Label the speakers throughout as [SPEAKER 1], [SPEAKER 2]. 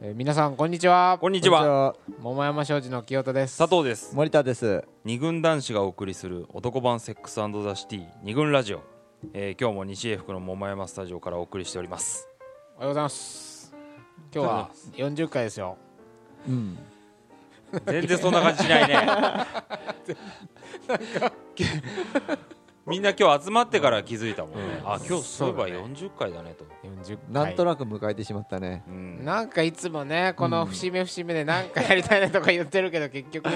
[SPEAKER 1] えー皆さんこんにちは
[SPEAKER 2] こんにちは
[SPEAKER 1] 桃山商事の清田です
[SPEAKER 2] 佐藤です
[SPEAKER 3] 森田です
[SPEAKER 2] 二軍男子がお送りする男版セックスザシティ二軍ラジオ、えー今日も西英福の桃山スタジオからお送りしております
[SPEAKER 1] おはようございます今日は40回ですよ
[SPEAKER 3] うん
[SPEAKER 2] 全然そんな感じしないねみんな今日集まってから気づいたもんね、あ今日そういえば40回だねと
[SPEAKER 1] 40回
[SPEAKER 3] なんとなく迎えてしまったね、
[SPEAKER 2] うん
[SPEAKER 1] なんかいつもねこの節目節目でなんかやりたいなとか言ってるけど 結局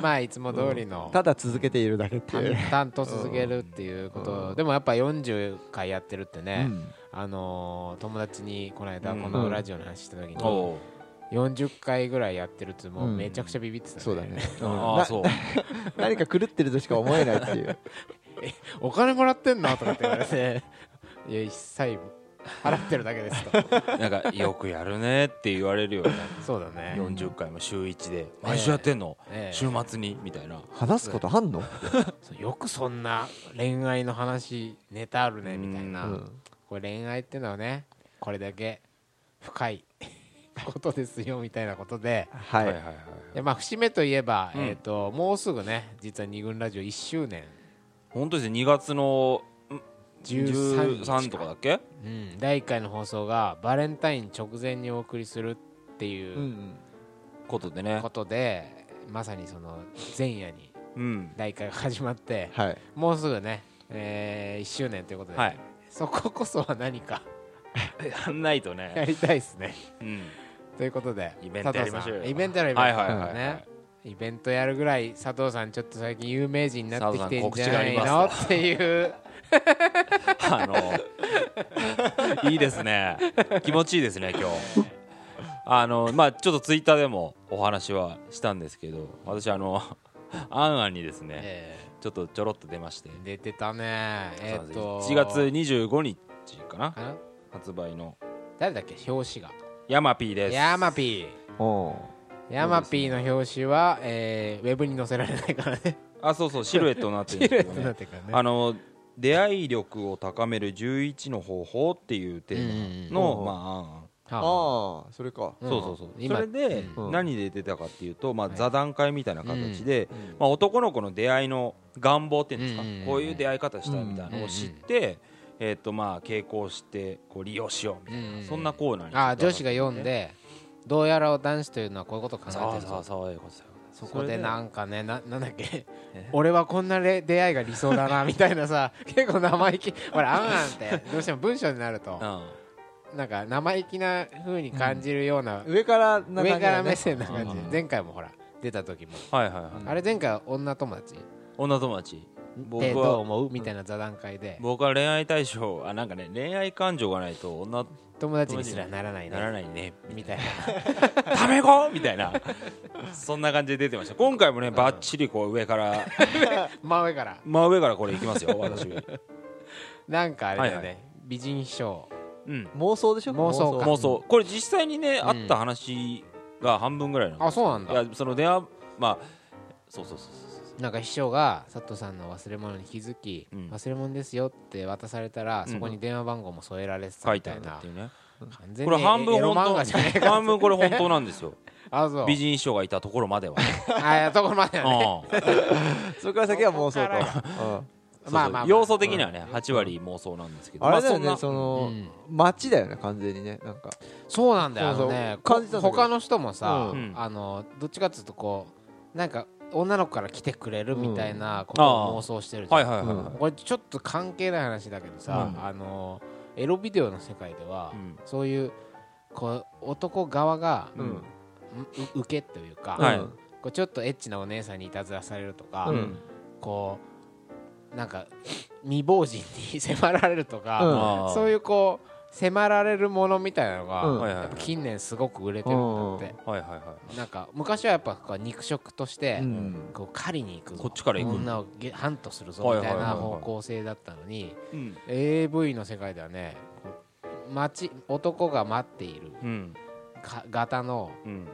[SPEAKER 1] まあいつも通りの
[SPEAKER 3] ただ続けているだけっていう、
[SPEAKER 1] 淡々と続けるっていうことでもやっぱ40回やってるって
[SPEAKER 3] う
[SPEAKER 1] ね
[SPEAKER 3] ん
[SPEAKER 1] あのー友達にこの間
[SPEAKER 2] うん
[SPEAKER 1] このラジオの話した時に
[SPEAKER 2] おう
[SPEAKER 1] 40回ぐらいやってるってもううんめちゃくちゃビビってた
[SPEAKER 3] そうだね、
[SPEAKER 2] ああ
[SPEAKER 3] な
[SPEAKER 2] そう
[SPEAKER 3] 何か狂ってるとしか思えないっていう
[SPEAKER 1] お金もらってんのとかって言われて いや一切払ってるだけですと
[SPEAKER 2] なんかよくやるねって言われる よね
[SPEAKER 1] そうだね
[SPEAKER 2] 40回も週1で毎週やってんの、
[SPEAKER 1] ええ
[SPEAKER 2] 週末にみたいな
[SPEAKER 3] 話すことあんの、
[SPEAKER 1] そうよくそんな恋愛の話ネタあるねみたいな、
[SPEAKER 3] うん
[SPEAKER 1] これ恋愛ってのはねこれだけ深い ことですよみたいなことで
[SPEAKER 3] はい、
[SPEAKER 2] はいはいはい
[SPEAKER 1] で、まあ、節目といえば、
[SPEAKER 2] うん
[SPEAKER 1] えー、ともうすぐね実は二軍ラジオ1周年
[SPEAKER 2] 本当ですね2月の
[SPEAKER 1] 13
[SPEAKER 2] 13
[SPEAKER 1] 日
[SPEAKER 2] とかだっけ
[SPEAKER 1] うん、第1回の放送がバレンタイン直前にお送りするって
[SPEAKER 3] う
[SPEAKER 1] いうん
[SPEAKER 2] ことでね
[SPEAKER 1] ことで、まさにその前夜に
[SPEAKER 2] うん
[SPEAKER 1] 第1回が始まって
[SPEAKER 3] はい
[SPEAKER 1] もうすぐね、え1周年ということで、
[SPEAKER 2] はい
[SPEAKER 1] そここそは何か
[SPEAKER 2] やんないと
[SPEAKER 1] や
[SPEAKER 2] ね、
[SPEAKER 1] りたいですね
[SPEAKER 2] うん、
[SPEAKER 1] ということで
[SPEAKER 2] イベントやりましょうよ
[SPEAKER 1] 佐藤さんイベントやりま
[SPEAKER 2] は
[SPEAKER 1] し
[SPEAKER 2] い
[SPEAKER 1] ょう
[SPEAKER 2] はいはいはい、
[SPEAKER 1] ねイベントやるぐらい佐藤さんちょっと最近有名人になってきてんじゃない
[SPEAKER 2] 佐藤さん
[SPEAKER 1] の
[SPEAKER 2] 告
[SPEAKER 1] って いう
[SPEAKER 2] あの いいですね気持ちいいですね今日あのまあちょっとツイッターでもお話はしたんですけど私あのあんあんにですね、
[SPEAKER 1] え
[SPEAKER 2] ちょっとちょろっと出まして
[SPEAKER 1] ー出てたねえーっと
[SPEAKER 2] 1月25日かな
[SPEAKER 1] かな
[SPEAKER 2] 発売の
[SPEAKER 1] 誰だっけ表紙が
[SPEAKER 2] ヤマピーです
[SPEAKER 1] ヤマピ
[SPEAKER 3] おう
[SPEAKER 1] ーヤマピーの表紙は、えーウェブに載せられないからね
[SPEAKER 2] あそうそうシルエットになってる
[SPEAKER 1] シ
[SPEAKER 2] んで
[SPEAKER 1] ルエ
[SPEAKER 2] すけ
[SPEAKER 1] ッ
[SPEAKER 2] ど
[SPEAKER 1] トにな
[SPEAKER 2] ね
[SPEAKER 1] ってるからね
[SPEAKER 2] あの出会い力を高める11の方法っていうテーマの、
[SPEAKER 3] うんうんうん
[SPEAKER 2] まああんあん
[SPEAKER 1] は
[SPEAKER 3] ああそれか
[SPEAKER 1] うん
[SPEAKER 2] そうそうそう、
[SPEAKER 1] 今
[SPEAKER 2] それで
[SPEAKER 3] うん
[SPEAKER 2] 何で出てたかっていうと、まあ、
[SPEAKER 1] はい
[SPEAKER 2] 座談会みたいな形で、まあ、男の子の出会いの願望っていうんですか、
[SPEAKER 1] うんうんうん
[SPEAKER 2] こういう出会い方したいみたいなのを知って、えーっとまあ、傾向してこう利用しようみたいな、
[SPEAKER 1] うんうん
[SPEAKER 2] そんなコーナーに
[SPEAKER 1] ああー女子が読んでどうやら男子というのはこういうことを考えて
[SPEAKER 2] そう
[SPEAKER 1] るぞ
[SPEAKER 2] そうそういうことそういう
[SPEAKER 1] そ
[SPEAKER 2] と
[SPEAKER 1] こで
[SPEAKER 2] れ
[SPEAKER 1] なんかねななんだっけ
[SPEAKER 2] え
[SPEAKER 1] 俺はこんなれ出会いが理想だなみたいな さ結構生意気ほらあんあんってどうしても文章になると
[SPEAKER 2] うん
[SPEAKER 1] なんか生意気な風に感じるような、
[SPEAKER 3] 上からな感じだね
[SPEAKER 1] 上から目線な感じ、
[SPEAKER 2] うんうん
[SPEAKER 1] 前回もほら出た時も、
[SPEAKER 2] はいはいはい、
[SPEAKER 1] あれ前回女友達
[SPEAKER 2] 女友達僕
[SPEAKER 1] でどう
[SPEAKER 2] は
[SPEAKER 1] 思うみたいな座談会で
[SPEAKER 2] 僕は恋愛対象あなんかね恋愛感情がないと女
[SPEAKER 1] 友達にすらならない
[SPEAKER 2] に
[SPEAKER 1] ね
[SPEAKER 2] ならないね
[SPEAKER 1] みたいな
[SPEAKER 2] タメ語みたいな そんな感じで出てました今回もねばっちりこう上から
[SPEAKER 1] 真上から
[SPEAKER 2] 真上からこれいきますよ私
[SPEAKER 1] なんかあれだよね、
[SPEAKER 2] はいは
[SPEAKER 1] 美人秘書
[SPEAKER 2] うん
[SPEAKER 3] 妄想でしょ
[SPEAKER 1] 妄想か
[SPEAKER 2] 妄想これ実際にね、
[SPEAKER 1] ん
[SPEAKER 2] あった話が半分ぐらいなの
[SPEAKER 1] あそうなん
[SPEAKER 2] い
[SPEAKER 1] だ
[SPEAKER 2] やその電話まあそうそうそうそうそ
[SPEAKER 1] なんか秘書が佐藤さんの忘れ物に気づき、
[SPEAKER 2] うん
[SPEAKER 1] 忘れ物ですよって渡されたら、
[SPEAKER 2] うん
[SPEAKER 1] そこに電話番号も添えられて
[SPEAKER 2] う
[SPEAKER 1] た
[SPEAKER 2] 書い
[SPEAKER 1] み
[SPEAKER 2] て
[SPEAKER 1] た
[SPEAKER 2] あ
[SPEAKER 1] い
[SPEAKER 2] る
[SPEAKER 1] な
[SPEAKER 2] っていうね
[SPEAKER 1] 完全
[SPEAKER 2] こ
[SPEAKER 1] に
[SPEAKER 2] れ半分
[SPEAKER 1] エロ漫
[SPEAKER 2] 本
[SPEAKER 1] 画じゃねえ
[SPEAKER 2] 当
[SPEAKER 1] か
[SPEAKER 2] 半分これ本当なんですよ
[SPEAKER 1] あそう
[SPEAKER 2] 美人秘書がいたところまでは、
[SPEAKER 1] あいやそこまでだね
[SPEAKER 2] うん
[SPEAKER 3] それから先は妄想
[SPEAKER 1] そこから
[SPEAKER 3] と、
[SPEAKER 2] そうそう
[SPEAKER 1] まあまあまあ
[SPEAKER 2] 要素的にはね、8割妄想なんですけ
[SPEAKER 3] うん、
[SPEAKER 2] ど
[SPEAKER 3] あ
[SPEAKER 2] ま
[SPEAKER 3] れだよね、
[SPEAKER 2] そんな
[SPEAKER 3] その、
[SPEAKER 1] うん
[SPEAKER 3] 街だよね完全にねなんか
[SPEAKER 1] そうなんだよあ
[SPEAKER 3] そう
[SPEAKER 1] の
[SPEAKER 3] そう
[SPEAKER 1] ねこ
[SPEAKER 3] 感じたんだけど
[SPEAKER 1] 他の人もさ
[SPEAKER 2] うん
[SPEAKER 1] あのどっちかっていうとこうなんか女の子から来てくれるみたいなこと
[SPEAKER 2] うん
[SPEAKER 1] を妄想してるじゃん
[SPEAKER 2] はいはいはいはい、
[SPEAKER 1] これちょっと関係ない話だけどさ、
[SPEAKER 3] うん
[SPEAKER 1] あのエロビデオの世界では、
[SPEAKER 2] うん
[SPEAKER 1] そういうこう男側が、
[SPEAKER 2] うん
[SPEAKER 1] う受けというか、
[SPEAKER 2] はい
[SPEAKER 3] うん
[SPEAKER 1] こうちょっとエッチなお姉さんにいたずらされるとか、
[SPEAKER 3] うん
[SPEAKER 1] こうなんか未亡人に迫られるとか、
[SPEAKER 2] あー
[SPEAKER 1] そういうこう迫られるものみたいなのが、
[SPEAKER 3] うん
[SPEAKER 2] はいは
[SPEAKER 1] や
[SPEAKER 2] いは
[SPEAKER 1] っぱ近年すごく売れてるんだって、
[SPEAKER 2] いはいはいは
[SPEAKER 1] なんか昔はやっぱこう肉食として、
[SPEAKER 3] うん
[SPEAKER 1] こう狩りに行くぞ
[SPEAKER 2] こっちから行くんだ
[SPEAKER 1] 女をゲハントするぞ
[SPEAKER 2] はい
[SPEAKER 1] み
[SPEAKER 2] は
[SPEAKER 1] た
[SPEAKER 2] いはい
[SPEAKER 1] い
[SPEAKER 2] はい
[SPEAKER 1] な方向性だったのに
[SPEAKER 2] い、うん、
[SPEAKER 1] AV の世界ではねこう待ち男が待っている
[SPEAKER 2] うん、
[SPEAKER 1] か型の
[SPEAKER 2] うん、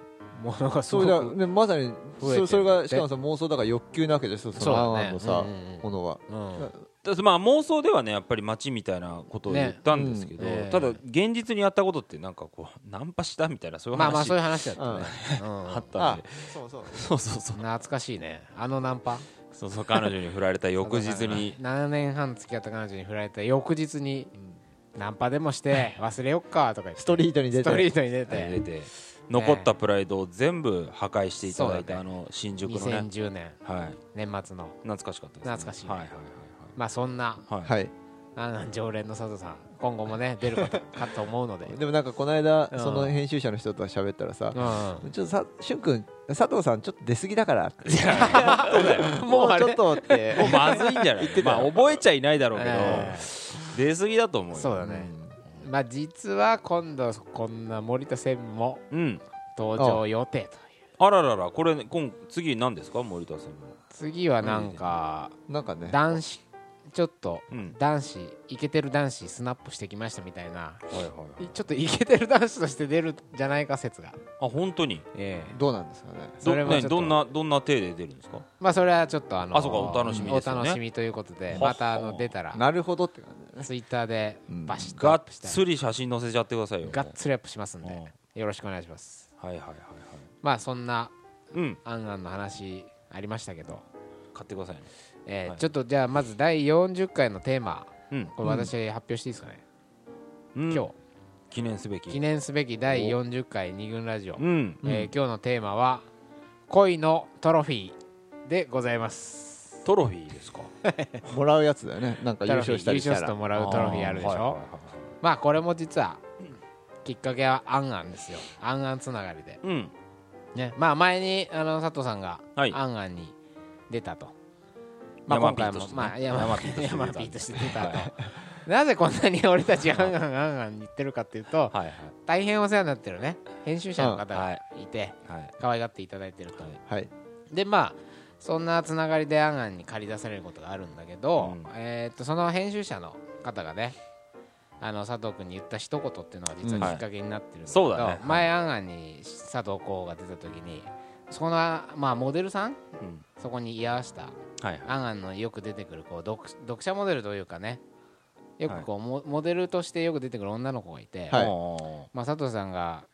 [SPEAKER 1] ものがす
[SPEAKER 3] そ
[SPEAKER 1] ご
[SPEAKER 3] れだ
[SPEAKER 1] く
[SPEAKER 3] ねまさに
[SPEAKER 1] 増えてんだって
[SPEAKER 3] そそれがしかもさ妄想だから欲求なわけでしょそ
[SPEAKER 1] そう
[SPEAKER 3] の
[SPEAKER 1] だ
[SPEAKER 3] アン
[SPEAKER 1] ね
[SPEAKER 3] アンのさ
[SPEAKER 1] うんうんうん
[SPEAKER 3] ものは
[SPEAKER 1] うん
[SPEAKER 2] ただまあ妄想ではねやっぱり街みたいなことを言ったんですけど、
[SPEAKER 1] ねうんええ
[SPEAKER 2] ただ現実にやったことってなんかこうナンパしたみたいなそういう
[SPEAKER 1] まあまあ
[SPEAKER 2] 話
[SPEAKER 1] そうい
[SPEAKER 2] あ
[SPEAKER 1] う話だったね、う、
[SPEAKER 2] ったんで、
[SPEAKER 3] そうそう
[SPEAKER 2] そうそうそうん
[SPEAKER 1] 懐かしいねあのナンパ
[SPEAKER 2] そうそう彼女に振られた翌日に
[SPEAKER 1] 7年半付き合った彼女に振られて翌日にナンパでもして忘れよっかとか言って
[SPEAKER 3] ストリートに出
[SPEAKER 1] ス
[SPEAKER 3] て
[SPEAKER 1] トリートに出て
[SPEAKER 2] 出て残ったプライドを全部破壊していただいた、あの新宿のね、
[SPEAKER 1] 2010年
[SPEAKER 2] はい、
[SPEAKER 1] 年末の
[SPEAKER 2] 懐かしかったです、ね、
[SPEAKER 1] 懐かしいね
[SPEAKER 2] はいはい
[SPEAKER 1] まあそんな
[SPEAKER 2] はいはい、
[SPEAKER 3] はい
[SPEAKER 1] あの常連の佐藤さん今後もね出ることかと思うので
[SPEAKER 3] でもなんかこの間
[SPEAKER 1] うん
[SPEAKER 3] その編集者の人と喋ったらさ
[SPEAKER 1] うん
[SPEAKER 3] ちょっとさしゅんくん佐藤さんちょっと出過ぎだからって
[SPEAKER 2] いや本当だよ
[SPEAKER 1] もうあ
[SPEAKER 3] ち
[SPEAKER 1] れ
[SPEAKER 3] ょっとって
[SPEAKER 2] もうまずいんじゃないまあ覚えちゃいないだろうけど、
[SPEAKER 1] え
[SPEAKER 2] 出過ぎだと思うよ
[SPEAKER 1] そうだねまあ実は今度こんな森田専務も
[SPEAKER 2] うん
[SPEAKER 1] 登場予定という
[SPEAKER 2] あらららこれ、ね、今次何ですか森田さんも
[SPEAKER 1] 次はなんか
[SPEAKER 3] なんかね
[SPEAKER 1] 男子ちょっと
[SPEAKER 2] うん
[SPEAKER 1] 男子イケてる男子スナップしてきましたみたいな
[SPEAKER 2] はいはいはい
[SPEAKER 1] ちょっとイケてる男子として出るんじゃないか説が
[SPEAKER 2] あ本当に
[SPEAKER 1] ええ
[SPEAKER 3] どうなんですかね
[SPEAKER 2] ど
[SPEAKER 1] それもちょっ
[SPEAKER 2] ね
[SPEAKER 1] と
[SPEAKER 2] どんなどんな体で出るんですか
[SPEAKER 1] まあそれはちょっとあの
[SPEAKER 2] あそうかお楽しみですよね
[SPEAKER 1] お楽しみということで
[SPEAKER 2] ほほ
[SPEAKER 1] またあの出たら
[SPEAKER 3] なるほどって感じだね
[SPEAKER 1] ツイッターで
[SPEAKER 3] うん
[SPEAKER 1] バシッと
[SPEAKER 2] が
[SPEAKER 1] アッ
[SPEAKER 2] っ
[SPEAKER 1] プしたい
[SPEAKER 2] つり写真載せちゃってくださいよ
[SPEAKER 1] がっつりアップしますんで
[SPEAKER 2] う
[SPEAKER 1] よろしくお願いします
[SPEAKER 2] はいはいはいはい
[SPEAKER 1] まあそんな
[SPEAKER 2] うん
[SPEAKER 1] アンアンの話ありましたけど
[SPEAKER 2] 買ってくださいね
[SPEAKER 1] えー
[SPEAKER 2] はい
[SPEAKER 1] ちょっとじゃあまず第40回のテーマ
[SPEAKER 2] うん
[SPEAKER 1] これ私発表していいですかね
[SPEAKER 2] うん
[SPEAKER 1] 今
[SPEAKER 2] 記念すべき
[SPEAKER 1] 日記念すべき第40回二軍ラジオ
[SPEAKER 2] うん
[SPEAKER 1] えー今日のテーマは恋のトロフィーでございます
[SPEAKER 2] トロフィーですか
[SPEAKER 3] もらうやつだよねなんか優勝したりし
[SPEAKER 1] 優
[SPEAKER 3] た
[SPEAKER 1] 勝
[SPEAKER 3] ら
[SPEAKER 1] ともらうトロフィーあるでしょ、
[SPEAKER 2] はいはいはいはい
[SPEAKER 1] まあこれも実はきっかけはアンアンですよアンアンつながりで、
[SPEAKER 2] うん
[SPEAKER 1] ね、まあ前にあの佐藤さんがア
[SPEAKER 2] はい
[SPEAKER 1] ンアンに出たと、まあ
[SPEAKER 2] 山
[SPEAKER 1] 今
[SPEAKER 2] ピ
[SPEAKER 1] 回
[SPEAKER 2] ーと
[SPEAKER 1] も
[SPEAKER 2] してね
[SPEAKER 1] まあ山
[SPEAKER 2] 山
[SPEAKER 1] ピ
[SPEAKER 2] ピーとして出た
[SPEAKER 1] ーとして出たとなぜこんなに俺たちアンアンアンアンに言ってるかっていうと
[SPEAKER 2] はい
[SPEAKER 1] 大変お世話になってるね編集者の方
[SPEAKER 2] は
[SPEAKER 1] が
[SPEAKER 2] い
[SPEAKER 1] いて
[SPEAKER 2] はいはい
[SPEAKER 1] 可愛がっていただいてると、
[SPEAKER 2] はい
[SPEAKER 3] はい
[SPEAKER 1] でまあそんなつながりでアンアンに借り出されることがあるんだけど、
[SPEAKER 2] うん
[SPEAKER 1] えーっとその編集者の方がねあの佐藤君に言った一言っていうのが実
[SPEAKER 3] うん
[SPEAKER 1] はきっかけになってるんだけ
[SPEAKER 2] そ
[SPEAKER 1] ど
[SPEAKER 2] うだね
[SPEAKER 1] 前アンアンに佐藤浩が出た時にそこの、まあ、モデルさん
[SPEAKER 2] うん
[SPEAKER 1] そこに居合わせた
[SPEAKER 2] はいはい
[SPEAKER 1] アンアンのよく出てくるこう読読者モデルというかねよくこう、モモデルとしてよく出てくる女の子がいて、
[SPEAKER 3] はい
[SPEAKER 2] お
[SPEAKER 1] まあ、佐藤さんが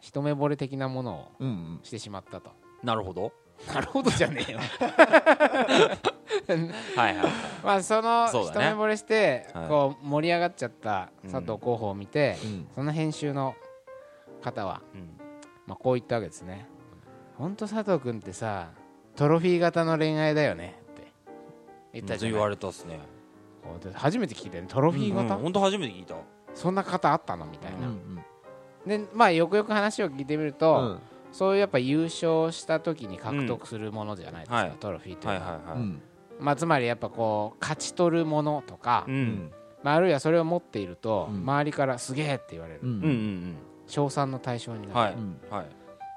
[SPEAKER 1] 一目惚れ的なものを
[SPEAKER 3] うんうん
[SPEAKER 1] してしまったと。
[SPEAKER 2] ーなるほど
[SPEAKER 1] なるほどじゃねえよ
[SPEAKER 2] はいはい
[SPEAKER 1] まあその
[SPEAKER 2] そう
[SPEAKER 1] 一
[SPEAKER 2] だね
[SPEAKER 1] 目惚れして
[SPEAKER 2] はい
[SPEAKER 1] こう盛り上がっちゃった佐藤候補を見て、
[SPEAKER 3] うん
[SPEAKER 1] その編集の方は、
[SPEAKER 2] うん
[SPEAKER 1] まあ、こう言ったわけですね本当佐藤君ってさトロフィー型の恋愛だよねって言ったじゃ
[SPEAKER 2] 言
[SPEAKER 1] な
[SPEAKER 2] わ
[SPEAKER 1] い
[SPEAKER 2] れたっすね
[SPEAKER 1] 本当初めて聞いたよねトロフィー型、
[SPEAKER 2] 本当初めて聞いた
[SPEAKER 1] そんな方あったのみたい
[SPEAKER 3] うんう
[SPEAKER 1] な、
[SPEAKER 3] ん
[SPEAKER 1] でまあよくよく話を聞いてみる
[SPEAKER 3] う
[SPEAKER 1] と、
[SPEAKER 3] ん
[SPEAKER 1] そういうやっぱ優勝した時に獲得するものじゃないですか、
[SPEAKER 2] うんはい
[SPEAKER 1] トロフィーというの
[SPEAKER 2] は
[SPEAKER 1] はい
[SPEAKER 2] はいうはい
[SPEAKER 3] ん
[SPEAKER 1] まあ、つまりやっぱこう勝ち取るものとか、
[SPEAKER 2] う
[SPEAKER 3] うんん
[SPEAKER 1] まあ、あるいはそれを持っていると、
[SPEAKER 3] うん
[SPEAKER 1] 周りからすげえって言われる、
[SPEAKER 3] うん
[SPEAKER 2] うんうん
[SPEAKER 1] 賞賛の対象にな
[SPEAKER 2] うん
[SPEAKER 1] る、
[SPEAKER 2] はい
[SPEAKER 3] うん
[SPEAKER 2] はい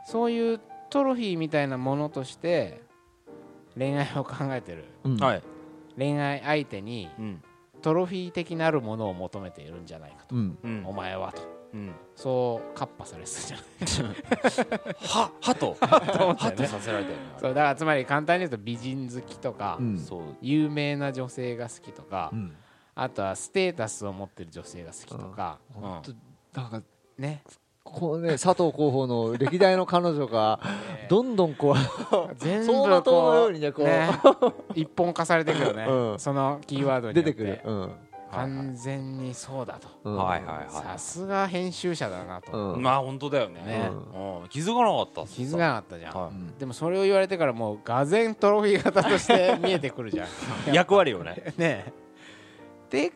[SPEAKER 1] そういうトロフィーみたいなものとして恋愛を考えてる
[SPEAKER 3] うん
[SPEAKER 2] はい
[SPEAKER 1] 恋愛相手に
[SPEAKER 2] うん
[SPEAKER 1] トロフィー的なるものを求めているんじゃないかと、
[SPEAKER 3] うん
[SPEAKER 2] うん
[SPEAKER 1] お前はと
[SPEAKER 2] うん
[SPEAKER 1] そうカッパされてたじゃない
[SPEAKER 2] ははとはとさせられたよね
[SPEAKER 1] そうだからつまり簡単に言うと美人好きとか、
[SPEAKER 3] うん
[SPEAKER 2] そう
[SPEAKER 1] 有名な女性が好きとか、
[SPEAKER 3] うん
[SPEAKER 1] あとはステータスを持ってる女性が好きとか、
[SPEAKER 3] 本当なんか
[SPEAKER 1] ね
[SPEAKER 3] こうね佐藤候補の歴代の彼女がどんどんこう
[SPEAKER 1] 全
[SPEAKER 3] 走馬灯のようにねこう
[SPEAKER 1] ね一本化されてくよね、
[SPEAKER 3] うん
[SPEAKER 1] そのキーワードによ
[SPEAKER 3] 出
[SPEAKER 1] って
[SPEAKER 3] てくるうん
[SPEAKER 1] 完全にそうだと、
[SPEAKER 3] うん
[SPEAKER 2] はいはい
[SPEAKER 1] さ
[SPEAKER 2] は
[SPEAKER 1] すが編集者だなと、
[SPEAKER 2] い
[SPEAKER 3] うん
[SPEAKER 2] まあ本当だよね
[SPEAKER 1] ね
[SPEAKER 2] うん気づかなかったっす
[SPEAKER 1] 気づかなかったじゃん、
[SPEAKER 2] は
[SPEAKER 3] うん
[SPEAKER 1] でもそれを言われてからもうがぜんトロフィー型として見えてくる じゃん
[SPEAKER 2] い役割をね
[SPEAKER 1] ねえって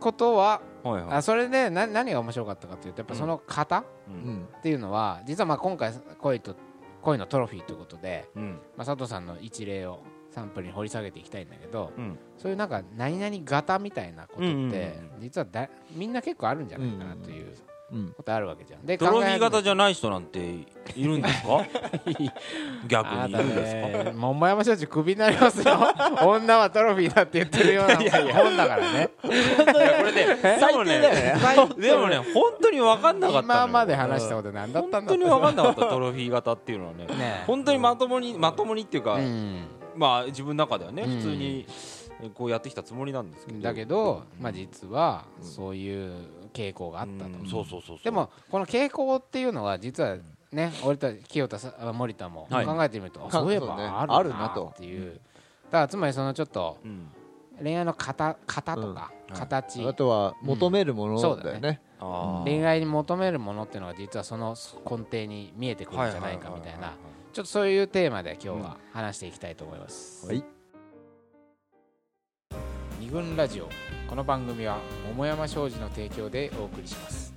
[SPEAKER 1] ことは
[SPEAKER 2] はい
[SPEAKER 1] あそれでな何が面白かったかというとやっぱその型
[SPEAKER 2] う
[SPEAKER 3] うんん
[SPEAKER 1] っていうのは実はまあ今回恋と恋のトロフィーということで、
[SPEAKER 2] うん
[SPEAKER 1] まあ、佐藤さんの一例をサンプルに掘り下げていきたいんだけど、
[SPEAKER 2] うん
[SPEAKER 1] そういうなんか何々型みたいなこと
[SPEAKER 2] うん
[SPEAKER 1] っ
[SPEAKER 2] うんう
[SPEAKER 1] て
[SPEAKER 2] ん
[SPEAKER 1] 実はだみんな結構あるんじゃないかなという
[SPEAKER 3] うん
[SPEAKER 1] ことあるわけじゃん。で
[SPEAKER 2] トロフィー型じゃ
[SPEAKER 1] ん
[SPEAKER 2] ない人なんているんですか逆にいるんです
[SPEAKER 1] か桃山社長クビになりますよ 女はトロフィーだって言ってるような本だからね
[SPEAKER 2] かいやこれね最低だよね でもね本当に分かんなかったのよ
[SPEAKER 1] 今まで話したこと何だったん
[SPEAKER 2] 本
[SPEAKER 1] だ
[SPEAKER 2] 当
[SPEAKER 1] っ
[SPEAKER 2] に
[SPEAKER 1] て
[SPEAKER 2] 分かんなかったトロフィー型っていうのはね
[SPEAKER 1] ねえ
[SPEAKER 2] 本当にまともにまともにっていうか、
[SPEAKER 1] うん
[SPEAKER 2] まあ自分の中ではね
[SPEAKER 1] うん
[SPEAKER 2] 普通にこうやってきたつもりなんですけど
[SPEAKER 1] だけど、まあ、実は
[SPEAKER 2] うん
[SPEAKER 1] そういう傾向があったと、
[SPEAKER 2] うんそうそうそうそう
[SPEAKER 1] でもこの傾向っていうのは実はね俺たち清田さんあ森田も
[SPEAKER 2] はい
[SPEAKER 1] 考えてみると、あ
[SPEAKER 3] か
[SPEAKER 1] そういえ
[SPEAKER 3] そうね
[SPEAKER 1] ばあ
[SPEAKER 3] あ
[SPEAKER 1] る
[SPEAKER 3] る
[SPEAKER 1] な
[SPEAKER 3] な
[SPEAKER 1] と
[SPEAKER 3] と
[SPEAKER 1] っていう、だからつまりそのちょっと
[SPEAKER 2] うん
[SPEAKER 1] 恋愛の型型とか、
[SPEAKER 2] うん
[SPEAKER 1] 形、
[SPEAKER 3] あとは求めるも
[SPEAKER 1] うんそ
[SPEAKER 3] の
[SPEAKER 1] うだ
[SPEAKER 3] だ
[SPEAKER 1] ね
[SPEAKER 3] よね。
[SPEAKER 2] あー
[SPEAKER 1] 恋愛に求めるものっていうのが実はその根底に見えてくるんじゃないかみたい
[SPEAKER 2] ははは
[SPEAKER 1] な
[SPEAKER 2] は
[SPEAKER 1] ちょっとそういうテーマで今日は話していきたいと思います、
[SPEAKER 3] はい
[SPEAKER 1] 二軍ラジオこの番組は桃山商事の提供でお送りします